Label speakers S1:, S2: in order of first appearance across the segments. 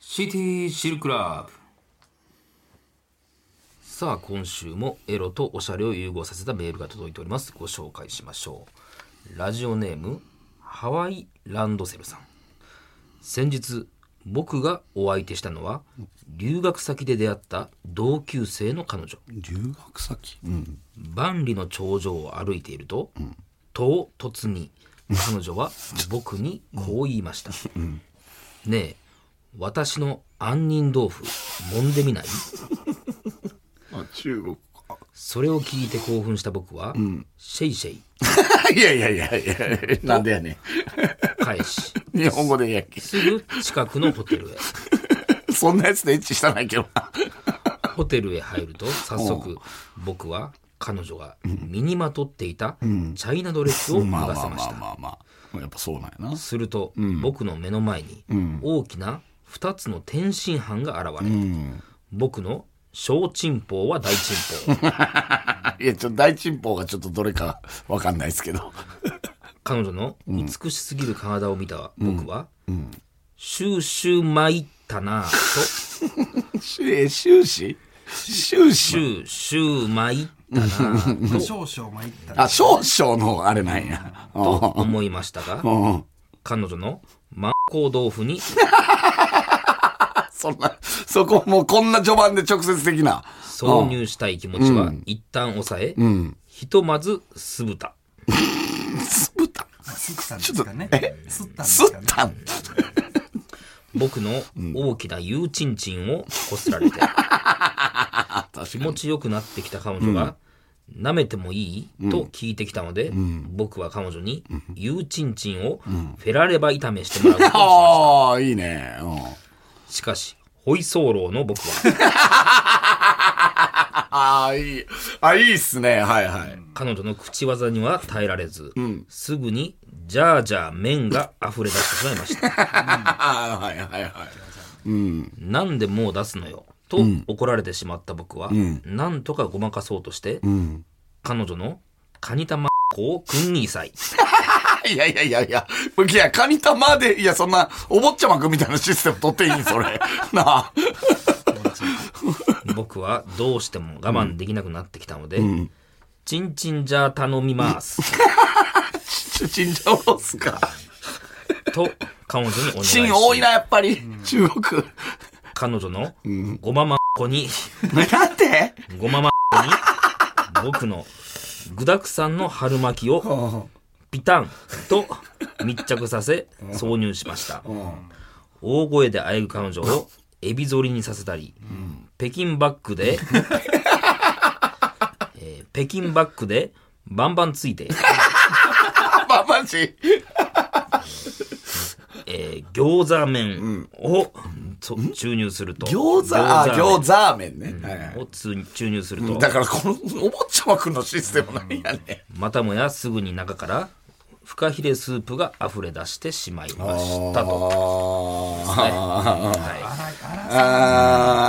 S1: シティシルクラブさあ今週もエロとおしゃれを融合させたメールが届いておりますご紹介しましょうラジオネームハワイランドセルさん先日僕がお相手したのは留学先で出会った同級生の彼女
S2: 留学先うん
S1: 万里の長城を歩いていると、唐突に彼女は僕にこう言いました「ねえ私の杏仁豆腐揉んでみない?」
S2: あ中国か
S1: それを聞いて興奮した僕は「シェイシェイ
S2: いやいやいやいやなんでやね」
S1: 返し
S2: ん日本語でやっけ
S1: すぐ近くのホテルへ
S2: そんなやつでエッチしたないけどな
S1: ホテルへ入ると早速僕は彼女が身にまとっていたチャイナドレスを脱
S2: ま
S1: が
S2: あま
S1: せ
S2: あ
S1: ま
S2: ま
S1: し
S2: あ
S1: た
S2: まあまあやっぱそうなんやな
S1: すると、僕の目の前に大きな2つの天津飯が現れ、僕の小珍宝は大珍 宝
S2: いやちょっと大珍宝がちょっとどれかわかんないですけど
S1: 彼女の美しすぎる体を見た僕は「シューシュー参ったな」と 「
S2: え終始終
S1: シ
S2: 始
S1: ューシュー参ったな」と
S3: 少々参った
S2: あ少々のあれなんやう
S1: 思いましたが
S2: んうん
S1: 彼女のマンコウ豆腐に
S2: そんなそこもうこんな序盤で直接的な
S1: 挿入したい気持ちは一旦抑え、ひとまず酢豚
S2: 酢豚
S3: 吸ったんですか
S2: ちょ
S3: ね
S2: っとえ
S3: 吸ったんです
S2: す
S3: か
S2: っ
S3: ね
S2: たん
S1: 僕の大きなゆうちんちんをこすら れて。
S2: あ確
S1: 気
S2: か
S1: 持
S2: に
S1: ちよくなってきた彼女が、舐めてもいいと聞いてきたので、僕は彼女に、ゆうちんちんをフェラレバ炒めしてもらうことに しまし
S2: ああいいねうん
S1: た。しかし、ホイソーローの僕は、
S2: ああ、いい。あ、いいっすね。はいはい。
S1: 彼女の口技には耐えられず、すぐに、じゃあじゃあ麺が溢れ出してしまいま した。
S2: ああ、はいはいはい。
S1: なんでもう出すのよ、と怒られてしまった僕は、なんとかごまかそうとして、彼女のカニ玉をくんにさい。
S2: あいやいやいやいや。いや、カニ玉で、いや、そんな、お坊ちゃまくんみたいなシステム取っていいそれ。 なあ。
S1: 僕はどうしても我慢できなくなってきたので、チンチンじゃあ頼みます。
S2: ちょチンジャオロースか。
S1: と、彼女にお願い
S2: チン多い
S1: し、
S2: な、やっぱり。中国。
S1: 彼女のごままっこに、
S2: なんで
S1: ごままっこに、僕の具沢山の春巻きを、ピタンと密着させ、挿入しました。大声で喘ぐ彼女を、エビ反りにさせたり、北京バック で、えー北京バックで、バンバンついて、
S2: あ、まあ、マジ。
S1: えー餃子麺を、そ注入すると
S2: 餃子、あ、餃子麺ね。はい
S1: 麺をつ注入すると
S2: だから、この、お坊ちゃまくんのシステムなんやね。
S1: またもやすぐに中からフカヒレスープが溢れ出してしまいました
S2: あ
S1: と、
S2: あ。
S1: は
S3: あらあら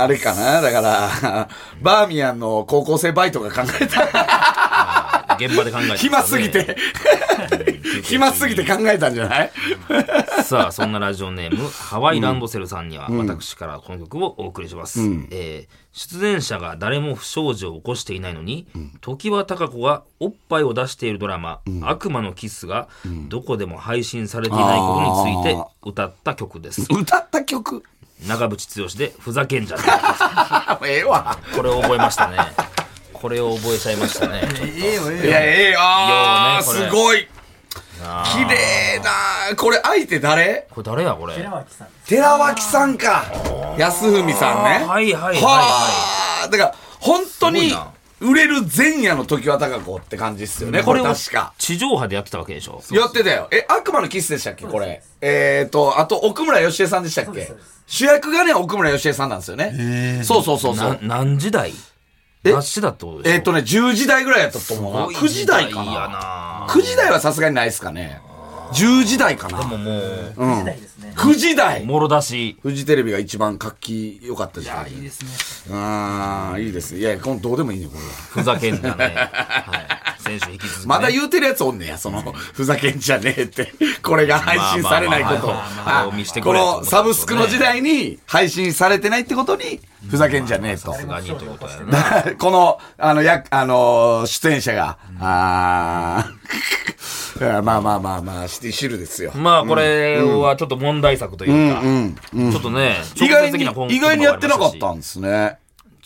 S2: あー、あれかなだから、バーミヤンの高校生バイトが考えた。
S1: い、現場で考えて、ね、
S2: 暇す ぎて、暇すぎて考えたんじゃない
S1: さあそんなラジオネームハワイランドセルさんには私からこの曲をお送りします、えー出演者が誰も不祥事を起こしていないのに、常盤貴子がおっぱいを出しているドラマ「悪魔のキス」がどこでも配信されていないことについて歌った曲です
S2: 歌った曲。
S1: 長渕剛で「ふざけんじゃね
S2: あ、ええわ。
S1: え」これを覚えましたねこれを覚えちゃいました ね
S3: ええよえ
S2: い
S3: えよ
S2: や、ええよ。あー
S1: いいよね
S2: す
S1: こ
S2: ごい。綺麗な。これ、相手誰
S1: これ誰やこれ
S3: 寺
S1: は
S3: 脇さん
S2: 寺脇さんか。安文さん
S1: い
S2: ね。
S1: はいはいは
S2: はあ。だから、本当に
S1: すごいな、
S2: 売れる前夜の常盤貴子って感じっすよ
S1: い
S2: ね、これ
S1: を
S2: 確か。
S1: 地上波でやってたわけでしょ
S2: やってたよ。え、悪魔のキスでしたっけこれ。えっ、ー、と、あと、奥村よしえさんでしたっけ主役がね、奥村よしえさんなんですよね。そうそうそうそ
S1: な
S2: う。
S1: 何時代
S2: え
S1: 雑誌だってことでしょ
S2: えっ、とね、10時代ぐらいやったと思うな。9時代か
S1: いいや
S2: な。
S1: な
S2: 9時代はさすがにないですかね。10時代か
S1: も
S2: な。
S1: うもう
S3: 時代ですね
S2: 9時代
S1: もろだし
S2: フジテレビが一番活気良かったじゃん。
S3: いいですね
S2: あー、いいですね。いや、このどうでもいいね、これは。
S1: ふざけんじゃねえはい先週引き続き、ね。
S2: まだ言うてるやつおんねや、その、ふざけんじゃねえって。これが配信されないことを。
S1: まあまあまあ
S2: あ
S1: まあ見せてく
S2: こ
S1: れと
S2: のサブスクの時代に配信されてないってことに、ふざけんじゃねえと。
S1: さすがにということやな。
S2: この、あの、や、あのー出演者が、あーまあまあまあまあ、シティシルですよ。
S1: まあこれはちょっと問題作というか、ちょっとね、
S2: 意外
S1: 直接的
S2: に
S1: な根、
S2: 意外にやってなかった
S1: 根
S2: んですね。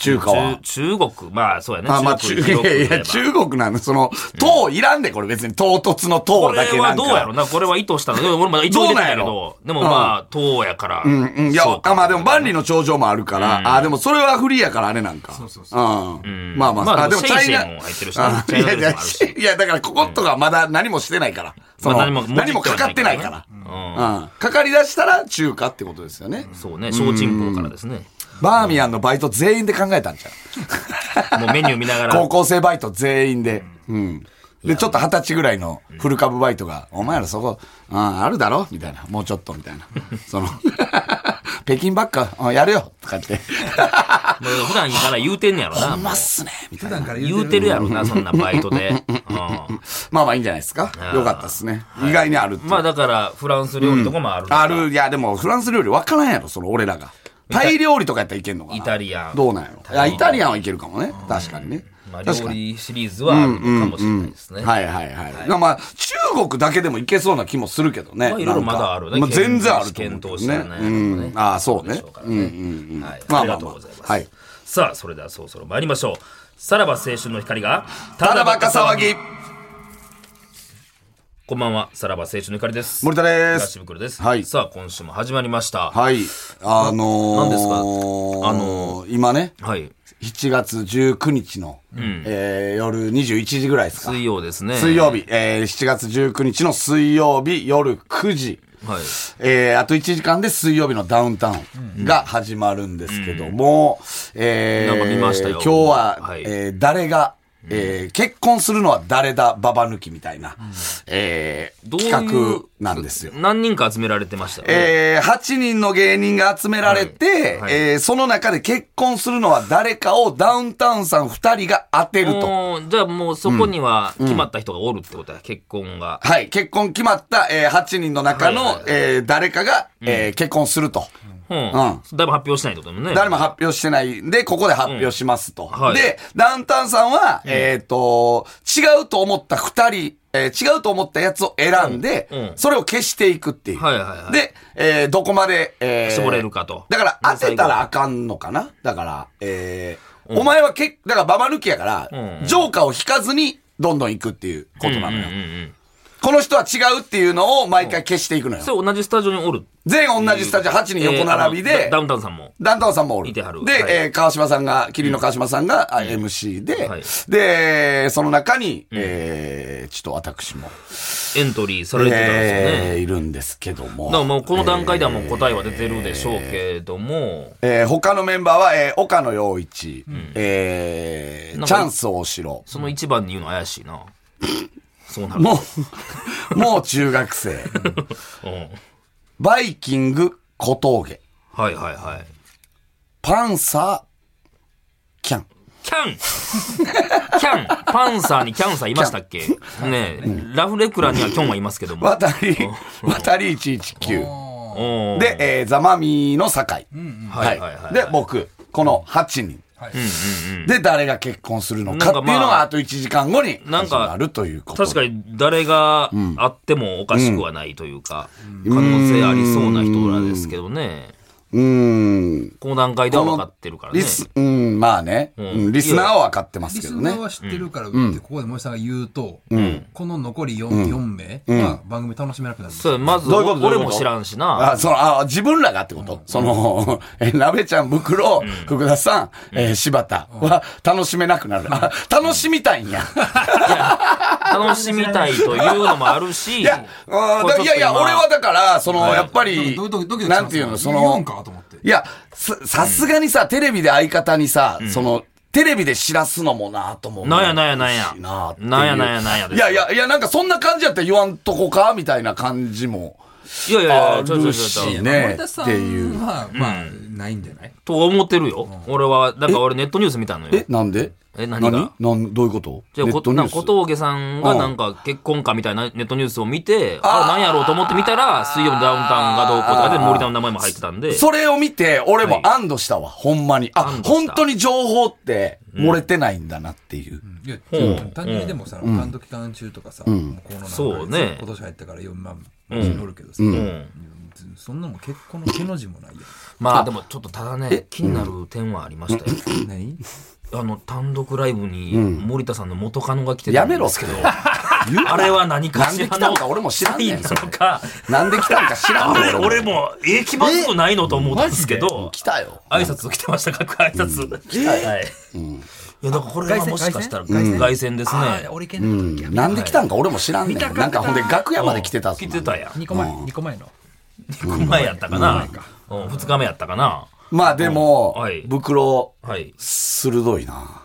S2: 中華
S1: 拠もあり
S2: は
S1: ま。すし中中国、まあそうやね。
S2: あまあ、中
S1: 中国
S2: いやい
S1: とえば
S2: や、中国なの、その、党いらんで、これ別に唐突の
S1: こ
S2: 党だ
S1: れ
S2: けな
S1: は
S2: ん
S1: ど
S2: か。
S1: うやろな、これは意図したの。でも俺まだ意図してたけ
S2: どうなんやろ
S1: ど、でもまあ、党やから。
S2: うんうん、いや、
S1: そうか
S2: あまあでも万里の長城もあるから、あでもそれはフリーやからあれなんか。そうそうそう。ん。まあまあ、
S1: まあ
S2: でも
S1: シェイシェイも入ってるしな
S2: あ
S1: チャイナドレス
S2: いやい
S1: もあるし
S2: や、いやだからこことかまだ何もしてないから。その
S1: まあ
S2: 何もかかってないから。
S1: う
S2: うん
S1: ん。
S2: かかりだしたら中華ってことですよね。
S1: そうね、小チンポからですね。
S2: バーミヤンのバイト全員で考えたんじゃ
S1: もうメニュー見なが
S2: ん。高
S1: ら。
S2: 校生バイト全員で。うん。で、ちょっと二十歳ぐらいのフル株バイトが、お前らそこ、うん、あるだろみたいな。もうちょっと、みたいな。その、 北京ばっか、うんやるよとかって。
S1: もう普段から言うてんねやろな。
S2: うまっすね。みたいな
S3: 普段から
S1: 言うてるやろな、そんなバイト で。うん
S2: まあまあいいんじゃないですか。よかったですね。意外にあるっていう
S1: まあだから、フランス料理とかもある。
S2: あ。る、いやでもフランス料理分からんやろ、その俺らが。タイ料理とかやったらいけんのかな。
S1: イタリアン
S2: どうなんやろ。いや、イタリアンはいけるかもね。確かにね。
S1: まあ、
S2: 確
S1: 料
S2: かに。
S1: 理シリーズはあるのかもしれないですね。
S2: はいはいはい。まあ、中国だけでもいけそうな気もするけどね。
S1: まあいろいろまだあるね
S2: なんかま全然あると思う
S1: 検
S2: けど
S1: 討
S2: ね。
S1: してないのとか
S2: う
S1: ね
S2: ん。ああ、そうね
S1: でしょう。から
S2: う
S1: ね
S2: んうんうん。
S1: はい、
S2: まあまあまあ
S1: ありがとうございます。
S2: はい
S1: さあ、それではそろそろ参りましょう。さらば青春の光が、
S2: ただバカ騒ぎ。
S1: こんばんは、さらば青春の光です。
S2: 森田です
S1: 東袋です。
S2: はい
S1: さあ、今週も始まりました。は
S2: はい。あのー、
S1: 何ですかあ
S2: の今ね、
S1: い。
S2: 7月19日の、えー夜21時ぐらいですか。
S1: 水曜ですね。
S2: 水曜日、えー7月19日の水曜日夜9時。
S1: はい。
S2: えーあと1時間で水曜日のダウンタウンが始まるんですけども、えー
S1: なんか見ましたよ
S2: 今日は、
S1: はい
S2: えー誰が、えー結婚するのは誰だババ抜きみたいな、えー
S1: どういう
S2: 企画なんですよ。
S1: 何人か集められてましたよね。
S2: えー8人の芸人が集められて、
S1: はいはい
S2: えーその中で結婚するのは誰かをダウンタウンさん2人が当てると。
S1: もうじゃあもうそこには決まった人がおるってことや、結婚が。
S2: はい、結婚決まった、えー8人の中
S1: は
S2: の、
S1: いはいはい
S2: えー誰かが、えー結婚すると。
S1: うん。誰
S2: ん
S1: も発表してないってこともね。
S2: 誰も発表してないんで、ここで発表しますと。
S1: はい
S2: で、ダウンタウンさんは、えっ、と、違うと思った2人、えー違うと思ったやつを選んで、
S1: うんうん
S2: それを消していくっていう。
S1: はいはいはい
S2: で、えーどこまで、えー
S1: 絞れるかと
S2: だから、
S1: うん
S2: 当てたらあかんのかなだから、えーお前はけだからババ抜きやから、
S1: うん
S2: ジョーカーを引かずに、どんどん行くっていうことなのよ。
S1: うんうんうん。
S2: この人は違うっていうのを毎回消していくのよ。
S1: それ同じスタジオにおる。
S2: 全員同じスタジオ8人横並び
S1: えーあのダ
S2: で
S1: ダ、ウンタウンさんも。
S2: ダウンタウンさんもおる。
S1: い
S2: で
S1: てはる、はい
S2: えー川島さんが、麒麟の川島さんがあ MC で
S1: はい、
S2: で、その中に、えーちょっと私も、
S1: エントリーされてたんですよね。
S2: えーいるんですけども。
S1: だからもうこの段階ではもう答えは出てるでしょうけれども、
S2: えー他のメンバーは、えー岡野陽一、えー
S1: なんか
S2: チャンス大城、
S1: その一番に言うの怪しいな。そうなる。
S2: もう、 もう中学生、
S1: うん。はい
S2: バイキング、小峠、
S1: はいはい。
S2: パンサー、キャン。
S1: キャンキャンパンサーにキャンさんいましたっけねえ、ラフレクラにはキョンはいますけども。
S2: 渡り、渡り119。
S1: おー
S2: で、、えー、ザマミィの酒井。
S1: はいはいはい。
S2: で、僕、この8人。
S3: はい
S2: で、誰が結婚するのか
S1: な
S2: っ
S1: ん
S2: て
S1: か
S2: い
S1: ま
S2: う
S1: あ
S2: のがあと1時間後に
S1: なん
S2: 始
S1: か
S2: まるということ。
S1: 確かに誰があってもおかしくはないというか、可能性ありそうな人らですけどね。
S2: うーん。
S1: この段階では分かってるからね
S2: リ。ス、うーん、まあね。うんリスナーは分かってます
S3: リ
S2: け
S3: ス
S2: ど
S3: ナ
S2: ね
S3: ー。は知ってるからって、ここで森さんが言うと、この残り 4,、四名は番組楽しめなくなるんです
S1: そうまず
S2: どういうことどうい
S1: 俺
S2: うこと
S1: も知らんしな。
S2: あ、その、あ、自分らがってことその、え、鍋ちゃん、袋、福田さん、えー、柴田は楽しめなくなる。あ楽しみたいんや。
S1: 楽しみたいというのもあるし、
S2: いや、あー
S1: これちょっと
S2: だいやいや、
S1: 今
S2: 俺はだから、その、やっぱり
S3: ドキドキドキ、ドキします
S2: なんていうの、その、
S3: 言うんかと思って
S2: いや、さ、さすがにさ、テレビで相方にさ、その、テレビで知らすのもなとも思う。
S1: なんやなんやなんや
S2: しなあっていう
S1: なんやなんやなんやです
S2: いやいや、いや、なんかそんな感じやったら言わんとこかみたいな感じも。
S1: いやいやい
S2: あ
S1: や、ちょちょ
S2: る
S1: ちょ
S2: し
S1: ちょ
S2: ね
S3: 森田さ
S2: っ
S3: ん
S2: ていう。
S3: は、まあ、ないんじゃない
S1: と思ってるよ。俺は、だから俺ネットニュース見たのよ
S2: え。、なんで
S1: え、何
S2: 何
S1: が
S2: なんどういうこと
S1: じゃあ、
S2: ネッ
S1: こ
S2: トニュ
S1: な
S2: ー
S1: ん
S2: ス
S1: か小峠さんがなんか結婚かみたいなネットニュースを見て、あ、なんやろうと思って見たら、水曜日のダウンタウンがどうこうとかで森田の名前も入ってたんで、
S2: それを見て、俺も
S1: はい
S2: 安堵したわ、ほんまに。あ
S1: 安、堵した
S2: 本当に情報って漏れてないんだなっていう。
S3: いや、単純にでもさ、監督期間中とかさ、もうコロナ禍
S1: そうね
S3: 今年入ってから4万、乗るけどさ、そんなもん結婚の毛の字もないや
S1: まあでもちょっとただね、気になる点はありましたよ。
S3: ん。何
S1: あの、単独ライブに森田さんの元カノが来て
S2: や
S1: たん
S2: めろ
S1: で
S2: っ
S1: す
S2: て
S1: けど、あれは何か
S2: なん
S1: し
S2: で
S1: ら
S2: 来た
S1: の
S2: んか俺も知らんねん、そ
S1: サイ
S2: れ
S1: ンなのか、
S2: なんで来たんか知らん
S1: あ
S2: ね
S1: れ
S2: ん、
S1: 俺。も、え、気まずくないのと思ったんですけど、
S2: 来たよ。
S1: 挨拶来てましたか挨拶。はい。いや、だからこれはもしかしたら
S3: 凱旋
S1: 凱旋です
S3: あ
S1: ね
S3: あ、。俺けんの時や。
S2: なんで来たんか俺も知らんねん。
S3: たかった
S2: なんかほんで楽屋まで来てたぞ
S1: 来てたやん。
S3: 2個前、2個前の。
S1: 2個前やったかな。うん二日目やったかな。
S2: まあでも
S1: うんはい、
S2: 袋、
S1: はい。
S2: 鋭いな。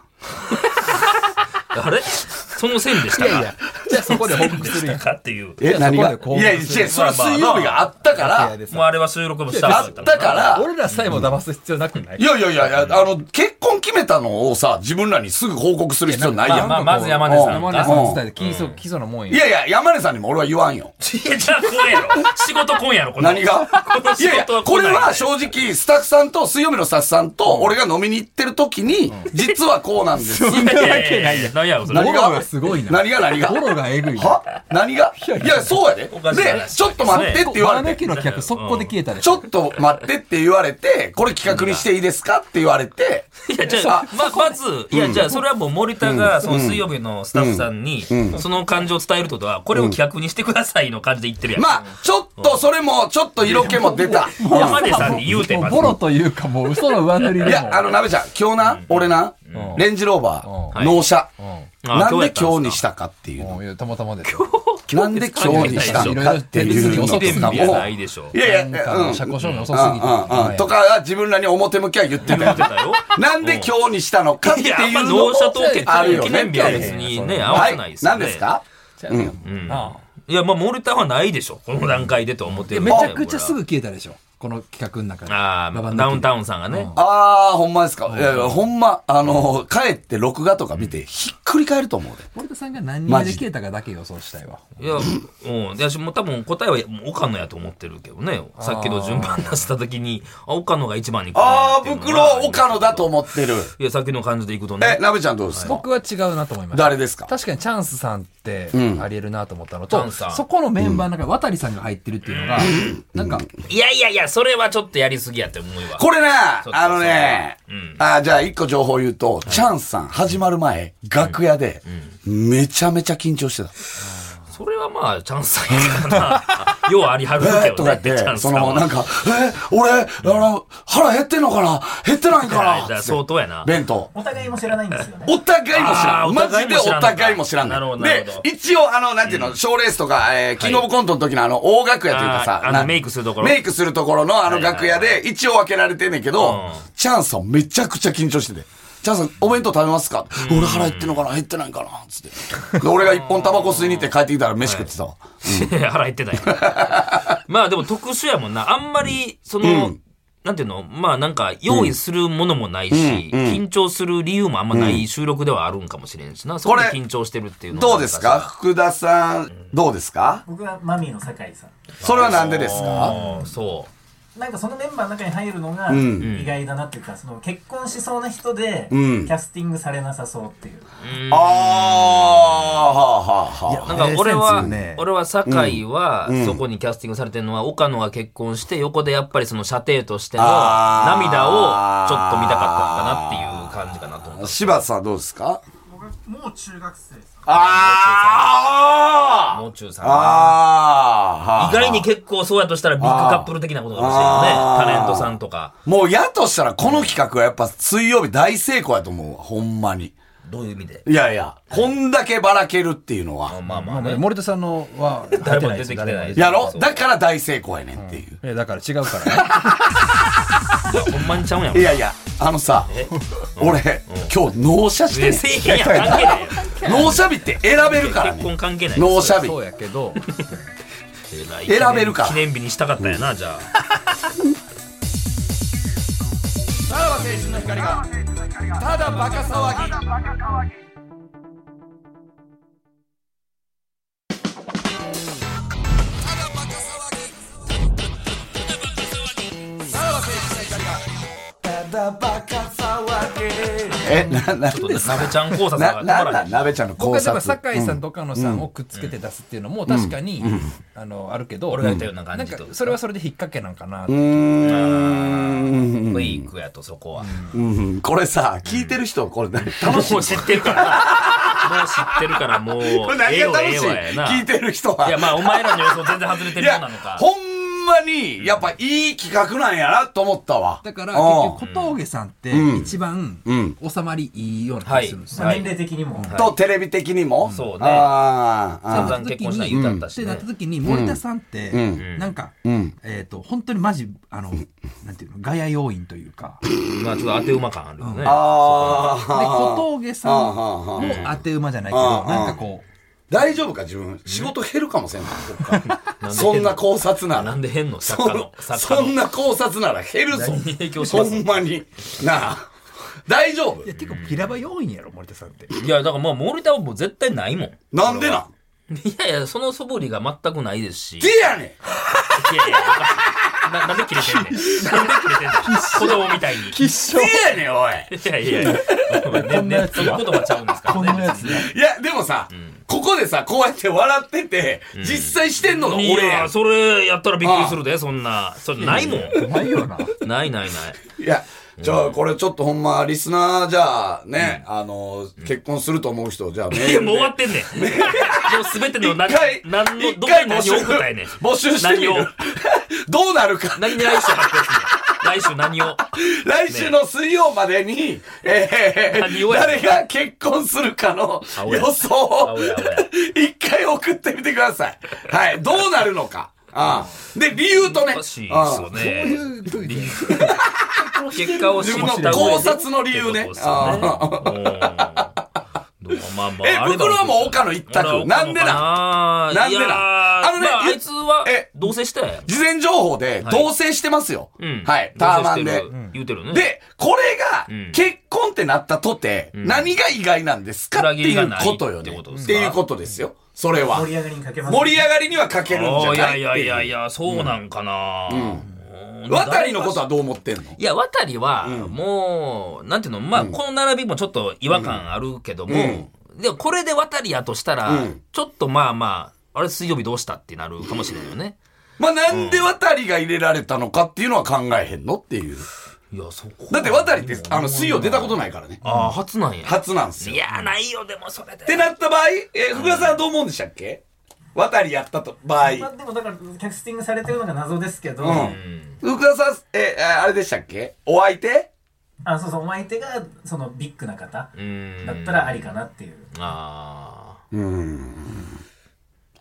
S1: あれ その線でしたか
S3: じゃあそこで報
S1: 線
S3: 告
S1: ですし
S3: るや
S1: た
S3: ん。
S1: かっていう。
S2: え、何が
S3: そこで
S2: いやいや、違う
S3: 興奮す
S2: そ
S3: る
S2: れは水曜日があったから、
S1: もうあれは収録もした
S2: あったから
S3: あ、俺らさえも騙す必要なくない
S2: いやいやいやいや、あの、結婚決めたのをさ、自分らにすぐ報告する必要ない
S1: ま
S2: や
S1: あ
S2: ん。
S1: まあ、まず山根さん
S3: 山
S1: が。い
S3: 根さん伝えて、基礎、基礎のもん
S2: い
S3: や。
S2: やいや、山根さんにも俺は言わんよ。
S1: や、じゃあ来いやろ。仕事来んやろ、この
S2: 何が
S1: この
S2: い
S1: 仕
S2: やいや、
S1: 事は
S2: こ
S1: 来ない
S2: れは正直、スタッフさんと、水曜日のスタッフさんと、俺が飲みに行ってる時に、実はこうなんです。
S1: いやいやいやいや何やろ、それ。
S2: 何
S3: ボロがすごいな
S2: 何が何が
S3: ボロがえぐいな
S2: は何がいや、そうやで。
S1: おかしい
S2: で、ちょっと待ってって言
S3: バ
S2: わ
S3: ーベ
S2: れ
S3: キ
S2: て
S3: ュ、ーの客、速攻で消えたで
S2: ち。ょっと待ってって言われて、これ企画にしていいですかって言われて、
S1: いや、じゃあ、ま、まず、いや、じゃあ、それはもう森田が、その水曜日のスタッフさんに、その感情を伝えるってことは、これを企画にしてくださいの感じで言ってるやん。
S2: まあ、ちょっとそれも、ちょっと色気も出た。
S1: 山根さんに言うて
S3: も
S1: ま
S3: う
S1: ず
S3: ボロというか、もう嘘の上塗りでも。
S2: いや、あの、なべちゃん、今日な、俺な、レンジローバ
S3: う
S2: ー、
S1: ん
S2: 納車。
S1: うんあ
S2: なんで
S1: 今日やったんで
S2: 今日に
S1: す
S2: したかっていうの。
S3: もういやたまたまですよ。
S2: なんで今日にしたんかっていうの
S3: 今日
S1: 記
S3: ですか
S1: 念日
S3: いや
S1: や
S2: と
S1: な
S2: か
S1: い
S2: も。
S1: でしょ。
S2: いやいや、うん。
S3: 車庫証明遅すぎて。
S2: うんうん、とかは自分らに表向きは言ってた
S1: 言
S2: よ
S1: ってたよ。
S2: なんで今日にしたのかって
S1: いや、あ
S2: い
S1: ん
S2: う
S1: ま
S2: のも
S1: 納車と結
S2: ある
S1: 婚
S2: よ
S1: 記
S2: ね
S1: 念日は別にね、合わ
S2: は
S1: せ
S2: い
S1: ないですよ
S2: 何
S1: ね。
S2: ですか
S3: ああ
S1: いや、まあ、森田はないでしょ。この段階でと思ってる
S3: めちゃくちゃす
S1: ぐ。
S3: ぐ消えたでしょ。この企画の中で。
S1: あ
S3: ラバ
S1: あ、
S3: ン
S1: ダ
S3: ド
S1: ウ
S3: キ
S1: ンタウンさんがね。
S2: ああ、ほんまですか。いやいや、ほんま、あの、帰って録画とか見て、ひっくり返ると思うで。
S3: 森田さんが何人目で消えたかだけ予想したいわ。
S1: いや、うん。いや、しもう多分答えはもう岡野やと思ってるけどね。さっきの順番出した時に、あ、岡野が一番に来るな
S2: あ
S1: っ
S2: あ、
S1: ていうのが
S2: 袋、岡野だと思ってる。
S1: いや、さっきの感じでいくと
S2: え、
S1: ね。
S2: なべちゃんどうですか
S3: 僕は違うなと思いました。
S2: 誰ですか
S3: 確かにチャンスさんってありえるなと思ったの
S1: チャ
S3: と、
S1: ンさん
S3: そこのメンバーの中に渡さんが入ってるっていうのが、なんか、
S1: いやいやいや、それはちょっとやりすぎやって思いは。
S2: これな
S1: ちょ、っと
S2: あの
S1: そ
S2: ね
S1: れはうん、
S2: あーじゃあ一個情報言うと、チャンスさん始まる前、楽屋で、めちゃめちゃ緊張してた。
S1: それはまあ、チャンスさんやからな。よう ありはるけ
S2: えー、
S1: ど
S2: とか
S1: ね
S2: 言っ、
S1: チャ
S2: て、
S1: ンスさ
S2: そ
S1: ん
S2: の
S1: は。
S2: なんか、えー、俺、あの、腹減ってんのかな減ってないんか
S1: じゃ
S2: な
S1: あ相当やな。
S2: 弁当。
S4: お互いも知らないんですよね。
S2: お互いも知
S1: あ
S2: ら
S1: ー
S2: ん。
S1: お
S2: マ
S1: 互い
S2: ジで
S1: も知ら
S2: お
S1: んのか
S2: 互いも知らん
S1: なるほ
S2: の。
S1: どなる
S2: で
S1: ほど、
S2: 一応、あの、なんていうの、賞、ーレースとか、えー、キングオブコントの時のあの、大楽屋というかさ
S1: あ、ーあの
S2: な
S1: メイクするところ
S2: メイクするところのあの楽屋
S1: はいは
S2: で、一応分けられてんねんけど、チャンさんめちゃくちゃ緊張してて。チャンさん、お弁当食べますか俺腹減ってんのかな減ってないんかなつって。で、俺が一本タバコ吸いに行って帰ってきたら飯食ってたわ。
S1: 払えて ない。まあでも特殊やもんな。あんまり、その、なんていうのまあなんか、用意するものもないし、緊張する理由もあんまない収録ではあるんかもしれんしな。そこで
S2: これ
S1: 緊張してるっていうのは
S2: どうですか福田さん、どうですか
S4: 僕はマミーの酒井さん。
S2: それはなんでですか
S1: あーそう。
S4: なんかそのメンバーの中に入るのが意外だなっていうか、その結婚しそうな人でキ
S2: ん
S4: ャスティングされなさそうっていう。
S2: あー、はあ、はあ、はあ。
S1: なんか俺は、
S3: センスね
S1: 俺は酒井は、そこにキャスティングされてるのは、岡野が結婚して、横でやっぱりその射程としての
S2: あー
S1: 涙をちょっと見たかったのかなっていう感じかなと思った。
S2: 柴田さんどうですか
S4: もう中学生です。
S2: あ
S1: もう
S2: ー
S1: 中さんは。
S2: あー
S1: 意外に結構そうやとしたらビッグカップル的なことかもしれ
S2: あー
S1: ないね。タレントさんとか。
S2: もうやとしたらこの企画はやっぱ水曜日大成功やと思うわ、ほんまに。
S1: どういう意味で。
S2: いやいや、こんだけばらけるっていうの
S1: まあ
S2: は。
S1: まあま
S3: ま
S1: あ
S3: あ
S1: ね。
S3: 森田さんのは入
S1: 誰も
S3: ない
S1: 出
S3: で
S1: て
S3: す
S1: きて
S3: よ
S1: ない。
S2: やろだから大成功やねんっていう。
S3: えだから違うからね。
S1: ほんまにちゃうんやもん
S2: い。やいや、あのさ、俺、今日納車して
S1: で、
S2: ん
S1: せえへんやん関係ないよ。
S2: ねん納車日って選べるから
S1: 結婚
S2: ね。
S1: 関係ない。
S2: 納車日。
S3: そうやけ ど、
S1: 選
S2: べるから
S1: 記念日にしたかったんやな、じゃあ。
S2: さらば青春の光がただバカ騒ぎえ、な、なん
S1: ちょっと
S2: で
S1: ね
S2: すか
S1: 鍋ちゃん考察が
S2: な、
S1: 止ま
S2: な
S1: らへ
S2: んだ、
S1: ん。
S2: 鍋ちゃんの
S3: 僕
S2: 考
S3: はだから
S2: 察。
S3: 酒井さんと岡野さんをくっつけて出すっていうのも確かに、あのあるけど
S1: 俺が言ったような感
S3: な
S1: じ
S3: ん
S1: ってこと
S3: か
S1: です
S3: そ
S1: か
S3: れはそれで引っ掛けなんかな、
S2: うーん。
S1: ウィークやとそこは。
S2: うんこれさ、聞いてる人、これ何楽しい
S1: もう知ってるから。もう知ってるから、もう。
S2: これ何が楽しい
S1: ええわええわやな
S2: 聞いてる人は。
S1: いや、まあ、お前らの予想全然外れて
S2: い
S1: るよう
S2: や
S1: なのか。
S2: ほんまに、やっぱいい企画なんやなと思ったわ。
S3: だから
S2: うん
S3: 結局小峠さんって
S2: うん
S3: 一番
S2: うん
S3: 収まりいいような気がするんですよ、
S4: まあ年齢的にも。
S1: はい
S2: と、テレビ的にも。
S1: そうね
S2: あー
S1: 散
S2: あー。
S1: 々結婚したら言うたった
S3: っ
S1: してね。
S3: なった時に森田さんって、
S2: ん
S3: なんか、
S2: うん
S3: えっ、と本当にマジあのなんていうのガヤ要員というかで
S1: まあ、ちょっと当て馬感あるよね。
S2: あー
S3: 小峠さん
S2: あーあ
S3: も
S2: ーあー
S3: 当て馬じゃないけど
S2: あー
S3: なんかこう
S2: 大丈夫か自分。仕事減るかもしれんないこっから。 そんな考察なら。
S1: なんで変の
S2: そ
S1: 作家の
S2: ん
S1: 作
S2: そ
S1: 家
S2: ん
S1: の。
S2: な考察なら減るぞ
S1: 何に影響。し
S2: ほ
S1: ます
S2: んまに。なあ。大丈夫
S3: いや結構平場要員やろ森田さんって
S1: いや、だからまあ、森田はもう絶対ないもん。
S2: なんでなん
S1: いやいや、その素振りが全くないです し。い
S2: でやねん
S1: やいや、ななんで切れて んねん。なんで切れてんねん。子供みたいに。
S3: 必勝
S2: でやねん、おい
S1: いやいやいや、ねねそういう言葉ちゃうんですから
S3: こ
S1: ね。
S3: のやつね
S2: いや、でもさ、ここでさ、こうやって笑ってて、実際してんのが
S1: い
S2: 俺や
S1: や、
S2: ん。
S1: それやったらびっくりするで、そんな。それないもん。
S3: ないよな
S1: ないないない。
S2: いや、じゃあこれちょっとほんま、リスナーじゃあね、あの、結婚すると思う人、じゃあメール
S1: い
S2: で
S1: や、 もう終わってんねん。もうすべての
S2: 一
S1: 何、
S2: 回、
S1: 何の、
S2: 一
S1: どこ
S2: 回
S1: に
S2: 募
S1: 何
S2: 集
S1: を送ったやねん。
S2: 募集してみ
S1: 何
S2: る
S1: を。
S2: どうなるか。
S1: 何で来週発表するの来週何を。
S2: 来週の水曜までに、え
S1: 何
S2: ー、
S1: をや
S2: 誰が結婚するかの
S1: 青や
S2: 予想を
S1: 青や青や、
S2: 一回送ってみてください。はい、どうなるのか。ああで、理由とね、
S1: おかしいで
S2: ああ
S1: すよね。 結果を知っ
S2: 自
S1: た上で
S2: 分の考察の理由ね
S1: ってことですよねうんどうまあまあ
S2: え
S1: あれだろうけど
S2: 袋はもう岡野一択
S1: 俺は岡野
S2: なんで
S1: か
S2: なんでなん
S1: いやー
S2: あのね
S1: まああ
S2: ゆ
S1: いつは
S2: え、
S1: 同棲したやん。
S2: 事前情報で同棲してますよ。
S1: うん
S2: はい、ターマンで。。
S1: 言うてるね。、
S2: で、これが
S1: うん、
S2: 結婚ってなったとて、何が意外なんですかっていうことよ
S1: 裏切りがないって
S2: ね。
S1: ことです
S2: っ
S1: か
S2: ていうことですよ。それは
S4: 盛。り上がりにかけます。
S2: 盛り上がりには欠けるんじゃ
S1: い
S2: ないっ
S1: や
S2: て
S1: いや
S2: い。
S1: いやいうや、そうなんかな。うん
S2: 渡りのことはどう思ってんの
S1: いや、渡りは、もう、なんていうの、まあ、この並びもちょっと違和感あるけども、でもこれで渡りやとしたら、
S2: うん
S1: ちょっとまあまあ、あれ水曜日どうしたってなるかもしれないよね。
S2: まあなんで渡りが入れられたのかっていうのは考えへんのっていう。
S1: いや、そこ。
S2: だって渡りって、あの、水曜出たことないからね。
S1: ああ、初なんや。
S2: 初なんです
S1: い
S2: よ。
S1: や、ないよ、でもそれで。
S2: ってなった場合、えー、福田さんはどう思うんでしたっけ渡りやったと場合。
S4: まあでもだから、キャスティングされてるのが謎ですけど、
S2: うん。福田さん、えー、ああれでしたっけお相手
S4: あ、そうそう、お相手が、そのビッグな方
S1: うん
S4: だったらありかなっていう。
S1: ああ。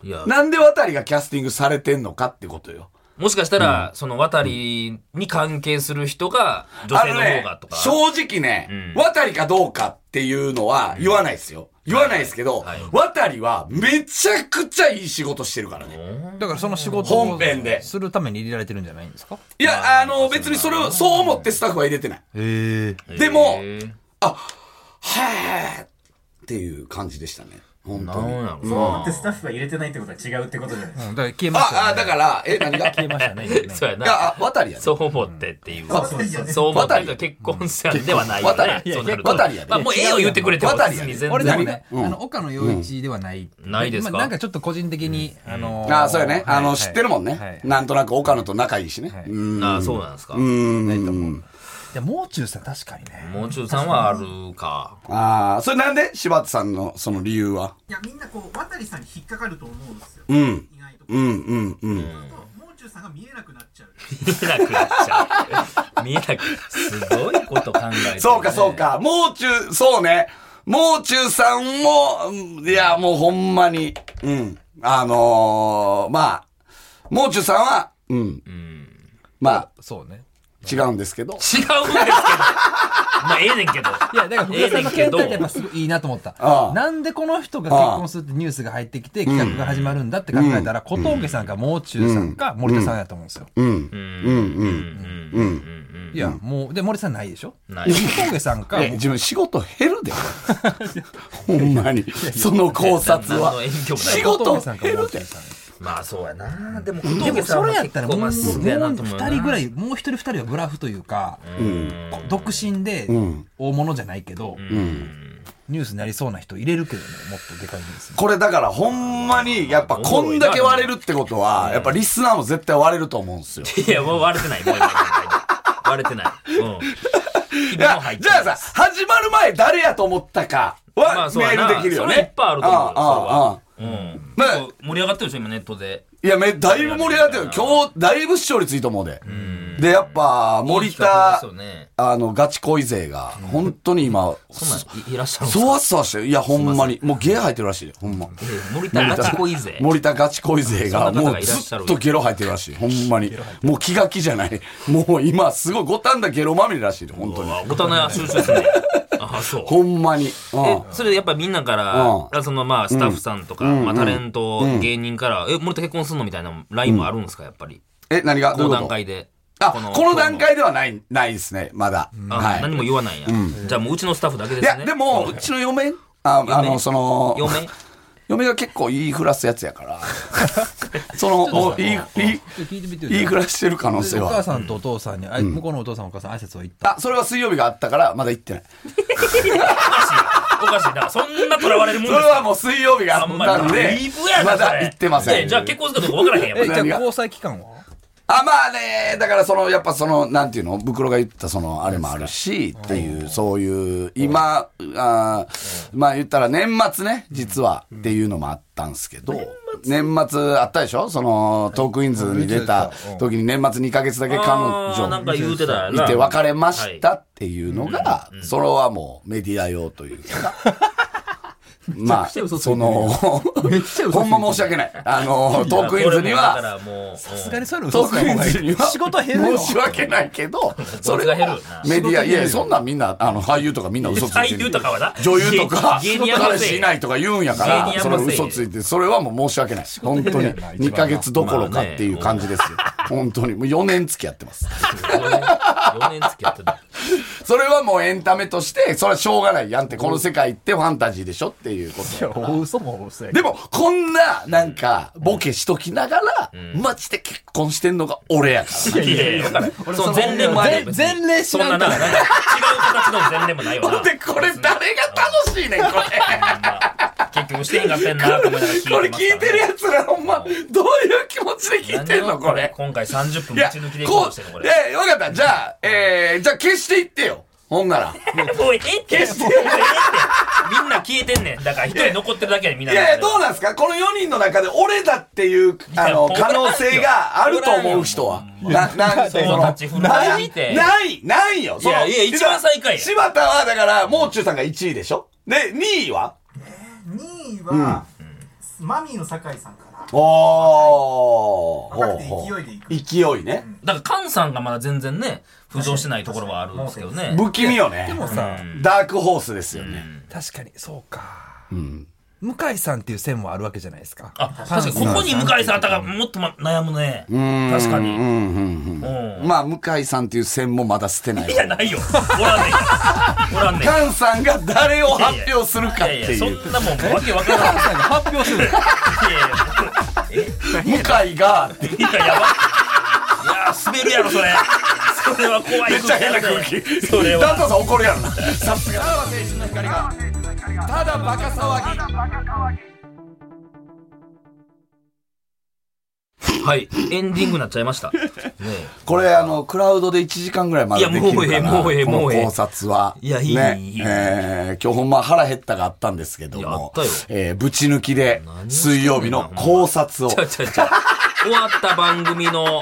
S1: いや、
S2: なんで渡りがキャスティングされてんのかってことよ。
S1: もしかしたら、その渡りに関係する人が、女性の方がとか。
S2: あのね、正直ね、
S1: うん
S2: 渡りかどうかっていうのは言わないですよ。言わないですけど、
S1: はいはい
S2: 渡りはめちゃくちゃいい仕事してるからね。
S3: だからその仕事を
S2: 本編です
S3: るために入れられてるんじゃないんですか
S2: いや、あの、別にそれを、そう思ってスタッフは入れてない。
S3: へえ
S2: でも
S1: へー
S2: はぁっていう感じでしたね。本
S1: な
S2: 当
S1: んや
S2: に。
S1: ろ
S4: そう思ってス
S1: な。
S4: タッフが入れてないってことは違うってことじゃないですか。
S3: だから消えましたよね
S2: あ、あ、だから、え、何が
S3: 消えました ね今ね
S1: そうや
S2: い
S1: な。
S2: や、あ、渡りやね。
S1: そう思ってっていう。
S2: あ
S4: そうですよね
S1: そう思って
S2: 渡
S1: る
S2: り
S1: から結婚したんではないよ
S2: 渡り
S1: ね。
S2: いや
S1: そうなると
S2: 渡りやで
S1: まあもうええよ言ってくれても
S2: 渡り
S1: 別
S2: やで
S1: に全
S3: 俺
S1: 然。
S3: でもね、
S2: 何がうん
S3: あの岡野陽一ではない、
S1: ないですか
S3: まあなんかちょっと個人的に、あのー
S2: あ、そうやね。あ
S3: は
S2: の、
S3: い
S2: 知ってるもん
S3: はい
S2: ね。
S3: はい
S2: なんとなく岡野と仲いいしね。
S3: いう
S1: ああ、そうなんですか。
S2: ー
S3: ない
S2: ん。
S3: と思ういやもう中さん確かにね
S1: もう中さんはあるか。
S2: ああ、それなんで柴田さんのその理由はい
S5: やみんなこう渡さんに引っかかると思うんですよ、
S2: うん。
S5: 意外と、
S2: うんうんうん。
S5: ともう中さんが見えなくなっちゃう
S1: 見えなくなっちゃう。 見えなく。すごいこと考えてるね。
S2: そうかそうか。もう中、そうね。もう中さんも、うんいや、もうほんまに、うん。あのー、まあ、もう中さんは、うん。
S1: うん。
S2: まあ、
S3: そうね
S2: 違うんですけど。
S1: 違うんですけど。まあええねんけど。
S3: いやだから福田さんの見解ってやっぱすごいいいなと思った、
S2: ああ
S3: なんでこの人が結婚するってニュースが入ってきて企画が始まるんだって考えたら、小峠さんかもう中さんか森田さんやと思うんですよ、
S2: うん。
S1: うん。
S2: うんうん
S1: うん。うん。うん。
S3: いや、もう、で、森さんないでしょ
S1: ない
S3: 小峠さんか、
S2: え自分仕事減るでほんまにその考察は
S1: 何の影響もない
S2: 仕
S3: 小
S2: 事
S3: 峠さんか、
S2: 減
S3: 森
S2: るで
S3: さんか。
S1: まあそうやなでも
S3: で
S1: 小
S3: も
S1: 峠さん
S3: そ
S1: は
S3: れやっ
S1: 結
S3: たら
S1: 構
S3: もう
S1: まっすぐやなと思う
S3: 2人ぐら
S1: い
S3: いもう1人2人はブラフというか、こ独身で
S2: ん
S3: 大物じゃないけど、ニュースになりそうな人入れるけどねもっとでかいニュースに
S2: これだからほんまにやっぱこんだけ割れるってことはやっぱリスナーも絶対割れると思うんですよ
S1: いやもう割れてないもう今割れてないうん
S2: いやじゃあさ始まる前誰やと思ったか
S1: ま
S2: は
S1: あそう
S2: メ
S1: やな
S2: ールできるよね
S1: それいっぱいあると思うよ
S2: ああああ
S1: うん
S2: まあ
S1: 結構盛り上がってるでしょ今ネットで
S2: いやめだいぶ盛り上がってる今日だいぶ視聴率いいと思うででやっぱ森
S1: いい企画で
S2: 田
S1: すよね
S2: あのガチ恋勢が本当に今
S1: そんなんいいらっしゃるんです
S2: そ
S1: か
S2: わそわしてるいやほんまにもうゲー入ってるらしいでほんま
S1: えー森田ガチ恋勢
S2: 森田ガチ恋勢が
S1: そんな
S2: も
S1: 方
S2: う
S1: がいらっし
S2: ず
S1: ゃ
S2: っ
S1: る
S2: とゲロ吐いてるらしいほんまにもう気が気じゃないもう今すごい五反田ゲロまみれらしいで本当に
S1: あごたな収集ですねあそう
S2: ほんまにうん
S1: え、それでやっぱりみんなか
S2: う
S1: ら、そのまあスタッフさんとか、まあタレント、芸人から、え、森田結婚するのみたいなラインもあるんですか、やっぱり。
S2: え何が
S1: こ
S2: どう
S1: の
S2: いう
S1: 段
S2: こと
S1: 階で。
S2: あこの段階ではないないですねまだ
S1: あ
S2: はい
S1: 何も言わないんや。じゃあもううちのスタッフだけで
S2: い
S1: す
S2: や
S1: ね。
S2: でもうちの嫁ああのその
S1: 嫁
S2: 嫁が結構言いふらすやつやから そのもう言い言い
S3: 聞いてみて
S2: 言いふらしてる可能性
S3: お母
S2: は
S3: さんとお父さんに、あい向こうのお父さんお母さん挨拶は行った
S2: あそれは水曜日があったからまだ行ってない
S1: おかしいな。そんなとらわれるもん
S2: そ
S1: で
S2: れ
S1: すか
S2: はもう水曜日があ
S1: あ
S2: っ
S1: んまり
S2: たんで
S1: イブやな
S2: ま
S1: そ
S2: だ
S1: れ
S2: 行ってませ
S1: ね
S2: ん
S1: じゃあ結婚するかどうか分からへんや
S3: え
S1: ん。
S3: じゃあ
S2: 何が
S3: 交際期間は
S2: あまあねだからそのやっぱそのなんていうの袋が言ったそのあれもあるしっていうそういう今あーまあ言ったら年末ね実はっていうのもあったんですけど年末あったでしょそのトークインズに出た時に年末2ヶ月だけ彼
S1: あーなんか
S2: 女
S1: 言うてたや
S2: い
S1: な
S2: て別れました
S1: は
S2: っていうのがそれはもうメディア用という か。まあ、その、ほんま申し訳ない。あの、トークインズに
S1: いやこれもだから
S2: は、
S1: もう、
S3: さすがにそういうの嘘
S2: ト
S3: つ
S2: ー
S3: か
S2: ク
S3: な
S2: イン
S3: い方がいい
S2: ズには
S3: 仕事減るよ
S2: 申し訳ないけど そ
S1: そ
S2: れ
S1: れが
S2: が
S1: 減るよな
S2: メディアいやそんなんみんなあの俳優とかみんな嘘ついてる
S1: 俳優とかはな
S2: 女優とか
S1: 芸芸人やめ
S2: 彼
S1: せえ
S2: 氏いないとか言うんやか
S1: 芸
S2: ら
S1: 人
S2: それ
S1: やめせえ
S2: 嘘ついてそれはもう申し訳ない本当に
S3: やな一番な
S2: 2ヶ月どころかっていう感じですよ本当にもう4年付き合ってます
S1: 4年付き合ってた。
S2: それはもうエンタメとしてそれはしょうがないやんってこの世界ってファンタジーでしょっていうことやから
S3: 大嘘も嘘や
S2: でも、こんな、なんか、ボケしときながら、マジで結婚してんのが俺やから。
S1: いやいや、だから、その前例もあるよ別に
S3: 前前例知
S1: そん
S3: ら
S1: なんな、
S3: から
S1: なんか違う形の前例もないよな。
S2: で、これ誰が楽しいねん、これ。
S1: 結局してへんかったん なと思いながら聞いてますから
S2: これ聞いてるやつらほんま、どういう気持ちで聞いてんのこれ。
S1: 今回30分
S2: いや
S1: 打ち抜きで、いこう
S2: こと
S1: してるのこ
S2: う、
S1: れ。
S2: え、よかった。じゃあ、えー、じゃあ消していってよ。ほんなら。
S1: もう ええって、もうええって。みんな消えてんねん。だから一人残ってるだけやねんみんないの
S2: やい
S1: 中
S2: や、
S1: で。
S2: どうなんですかこの4人の中で俺だっていう、あの、
S1: いや
S2: 可能性があると思う人は。な、なん
S1: そう
S2: の
S1: 立ち振る舞い見て
S2: ない、ないよ。その
S1: いやいや一番最下位や
S2: 柴田は、だから、もう中さんが1位でしょで、2位は
S5: 2位は、マミーの酒井さんから
S2: おー。
S5: 若くて勢いでいく
S2: 勢いね。
S1: だから菅さんがまだ全然ね、浮上してないところはあるんですけどね。
S2: 不気味よね
S3: で。もさ、
S2: ダークホースですよね。
S3: 確かにそうか、向井さんっていう線もあるわけじゃないですか
S1: あ、確かにここに向井さんあったらもっとま悩むね。確かに。うん。
S2: まあ、向井さんっていう線もまだ捨てない
S1: い。や、ないよ。おらんねん。おらんねん。
S2: 菅さんが誰を発表するかっ
S1: い
S2: て
S1: やいや、
S2: い
S1: そ。
S2: うん
S1: なもん、わけわからん。い
S3: 発表する
S1: やいや
S2: 向井がって、
S1: いや、やばい。いやー、滑るやろ、それ。それは怖い
S2: めっちゃ変な空気。
S1: それ
S2: ダン
S1: は。
S2: タさん怒るやろな。さすが。青春の光が。ただバカ騒ぎ。
S1: はい。エンディングになっちゃいました。ねえ
S2: これ、あの、クラウドで1時間ぐらいまだできるから
S1: いやもうええもうええ
S2: この
S1: もうええ
S2: 考察は。
S1: いやいい
S2: ね
S1: いい
S2: えー今日ほんま腹減ったがあったんですけど
S1: いやあ
S2: も
S1: っ。たよ
S2: えーぶち抜きで、
S1: 何をしてんねん
S2: 水曜日の考察を。
S1: ちゃうちゃうちゃう。終わった番組の、ね、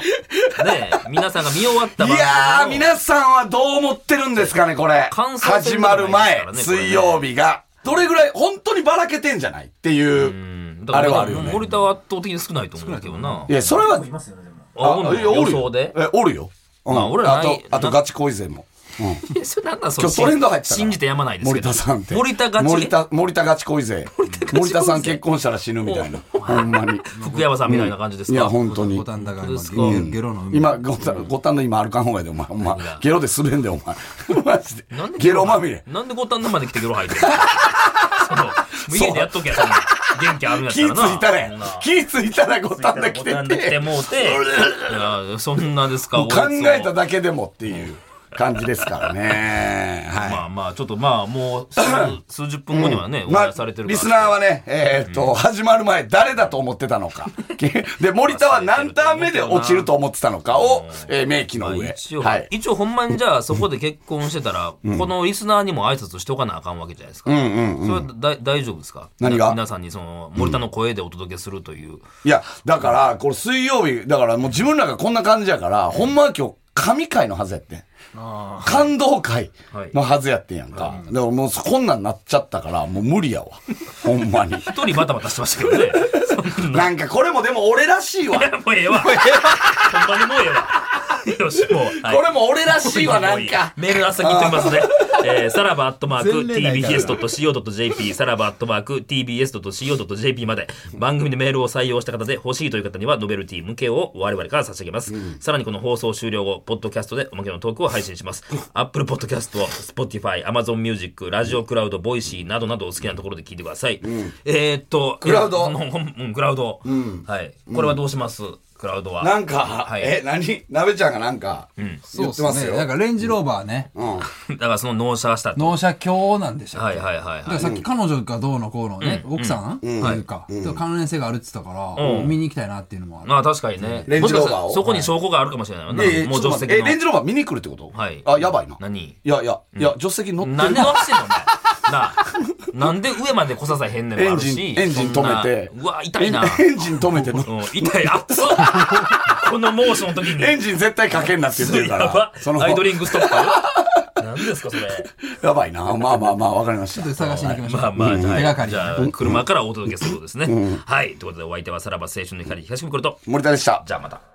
S1: 皆さんが見終わった番組
S2: い
S1: の。
S2: やー、皆さんはどう思ってるんですかね、これ。
S1: 感想
S2: 始まる前、
S1: 戦でもないですからね
S2: 水曜日が。どれぐらい、本当にばらけてんじゃないっていう。
S1: うんだから
S2: あれはあるよね
S1: 森田は圧倒的に少ないと思うんだけどな。
S2: いや、それは
S5: 結構い、ますよねでも
S1: あ、おんの
S2: いやお
S1: 予
S2: る
S1: 想
S2: よ
S1: で。
S2: え、おるよ。うん
S1: あ俺ら
S2: あ
S1: ない
S2: と、あとガチ恋勢も。
S1: え それなんだそ
S2: 今
S1: の
S2: 日トレンド入ってたから
S1: 信じてやまないですけ
S2: 森
S1: ど
S2: 田さんって
S1: 森田勝ち
S2: 森田森田ガチ恋勢森田さん結婚したら死ぬみたいなほんまに
S1: 福山さんみたいな感じです
S2: い
S1: か、
S2: や本当に
S3: 五反田が
S1: 本当ですか
S3: 今ゲロの海
S2: 今ごたごたんの今歩かんほうがいいでお前お前ゲロで滑んでお前マジで
S1: なんで
S2: ゲロまみれ
S1: なんで五反田まで来てゲロ吐いてる そのもう家でやっとけやそんな元気あるんやっ
S2: 気
S1: たら
S2: ぃつ
S1: ないそ
S2: たら
S1: ん
S2: や
S1: な
S2: 気ぃついたらごたんだ来て
S1: 五反田来
S2: て
S1: てもうていやそんなですか
S2: もう考えた
S1: だ
S2: だけでもっていう感じですからねはい
S1: まあまあちょっとまあもう数数十分後にはね、お
S2: ま
S1: 話し
S2: あ
S1: されて、るから
S2: リスナーはね、えーっと、始まる前、誰だと思ってたのか。 で、森田は何ターン目で落ちると思ってたのかを、えー明記
S1: まあ
S2: の上。
S1: 一応、
S2: はい。
S1: 一応ほんまにじゃあそこで結婚してたら、このリスナーにも挨拶しておかなあかんわけじゃないですか。それはだ大丈夫ですか
S2: 何が
S1: な皆さんにその森田の声でお届けするという。
S2: いや、だから、これ水曜日、だからもう自分らがこんな感じやから、ほんまは今日、神回のはずやってん。感動会のはずやってんやんか。だからもうこんなんなっちゃったから、もう無理やわ。ほ んまに。
S1: 一、人バタバタしてましたけど ね。そんな
S2: なんかこれもでも俺ら しいわ。
S1: もうええわ。 ほんまにもうええわ。よし、もう。はい
S2: これも俺らしいわ、
S1: も
S2: な
S1: うい
S2: ん
S1: い
S2: か。
S1: メールの先言ってみ ますね。えー、さらばアットマーク
S3: 前例ないから
S1: tbs.co.jp、さらばアットマーク tbs.co.jp まで、番組でメールを採用した方で欲しいという方には、ノベルティ向けを我々から差し上げます。さらにこの放送終了後、ポッドキャストでおまけのトークを配信します。Apple Podcast、Spotify、Amazon Music、ラジオクラウド、ボイシーなどなどお好きなところで聞いてください。えー、っと、
S2: クラウド
S1: いやあのほんうん、クラウド。はい。これはどうしますクラウド は。
S2: なんか、
S1: はい
S2: え、何なべちゃんがなんか、
S3: そ
S2: 言
S3: う
S2: ってま
S3: です
S2: す
S3: ね。
S2: よ。
S3: なんかレンジローバーね、
S2: うん。
S1: だからその納車したと。
S3: 納車強なんでしょ。
S1: はいはいはい
S3: だか
S1: は
S3: らさっき彼女がどうのこうのね、奥さんというか、と関連性があるって言ったから、見に行きたいなっていうのもあ
S1: い。
S3: る。
S1: まあ確かにね。
S2: レンジローバーを
S1: もしかしたらそこに証拠があるかもしれないよな。
S2: ええ
S1: もう
S2: ちょ
S1: 助手
S2: っと待
S1: 席
S2: ってえ、
S1: の。
S2: レンジローバー見に来るってこと
S1: はい
S2: あ、やばいな。い
S1: 何
S2: やいや、いや、助手席乗って
S1: 何
S2: る
S1: で合わせてんのお前。な あ。なんで上まで来ささへんねんも
S2: エ
S1: あ
S2: ン
S1: る
S2: ジ
S1: し。
S2: ン、エンジン
S1: そん
S2: 止
S1: な
S2: めて。
S1: うわ、痛いな。
S2: エンエンジン止めての。
S1: うん、痛い、熱っ このモーションの時に。
S2: エンジン絶対かけんなって言ってるか
S1: やば
S2: ら。。その、
S1: アイドリングストッ プ何ですか、それ。
S2: やばいな。まあまあまあ、わかりまし。
S3: ちょったと探しに行きましょう。
S1: まあまあ、じゃあ
S3: 手がかり
S1: じゃあ、車からお届けすることですね。はい。ということで、お相手はさらば青春の光東袋と。
S2: 森田でした。
S1: じゃあまた。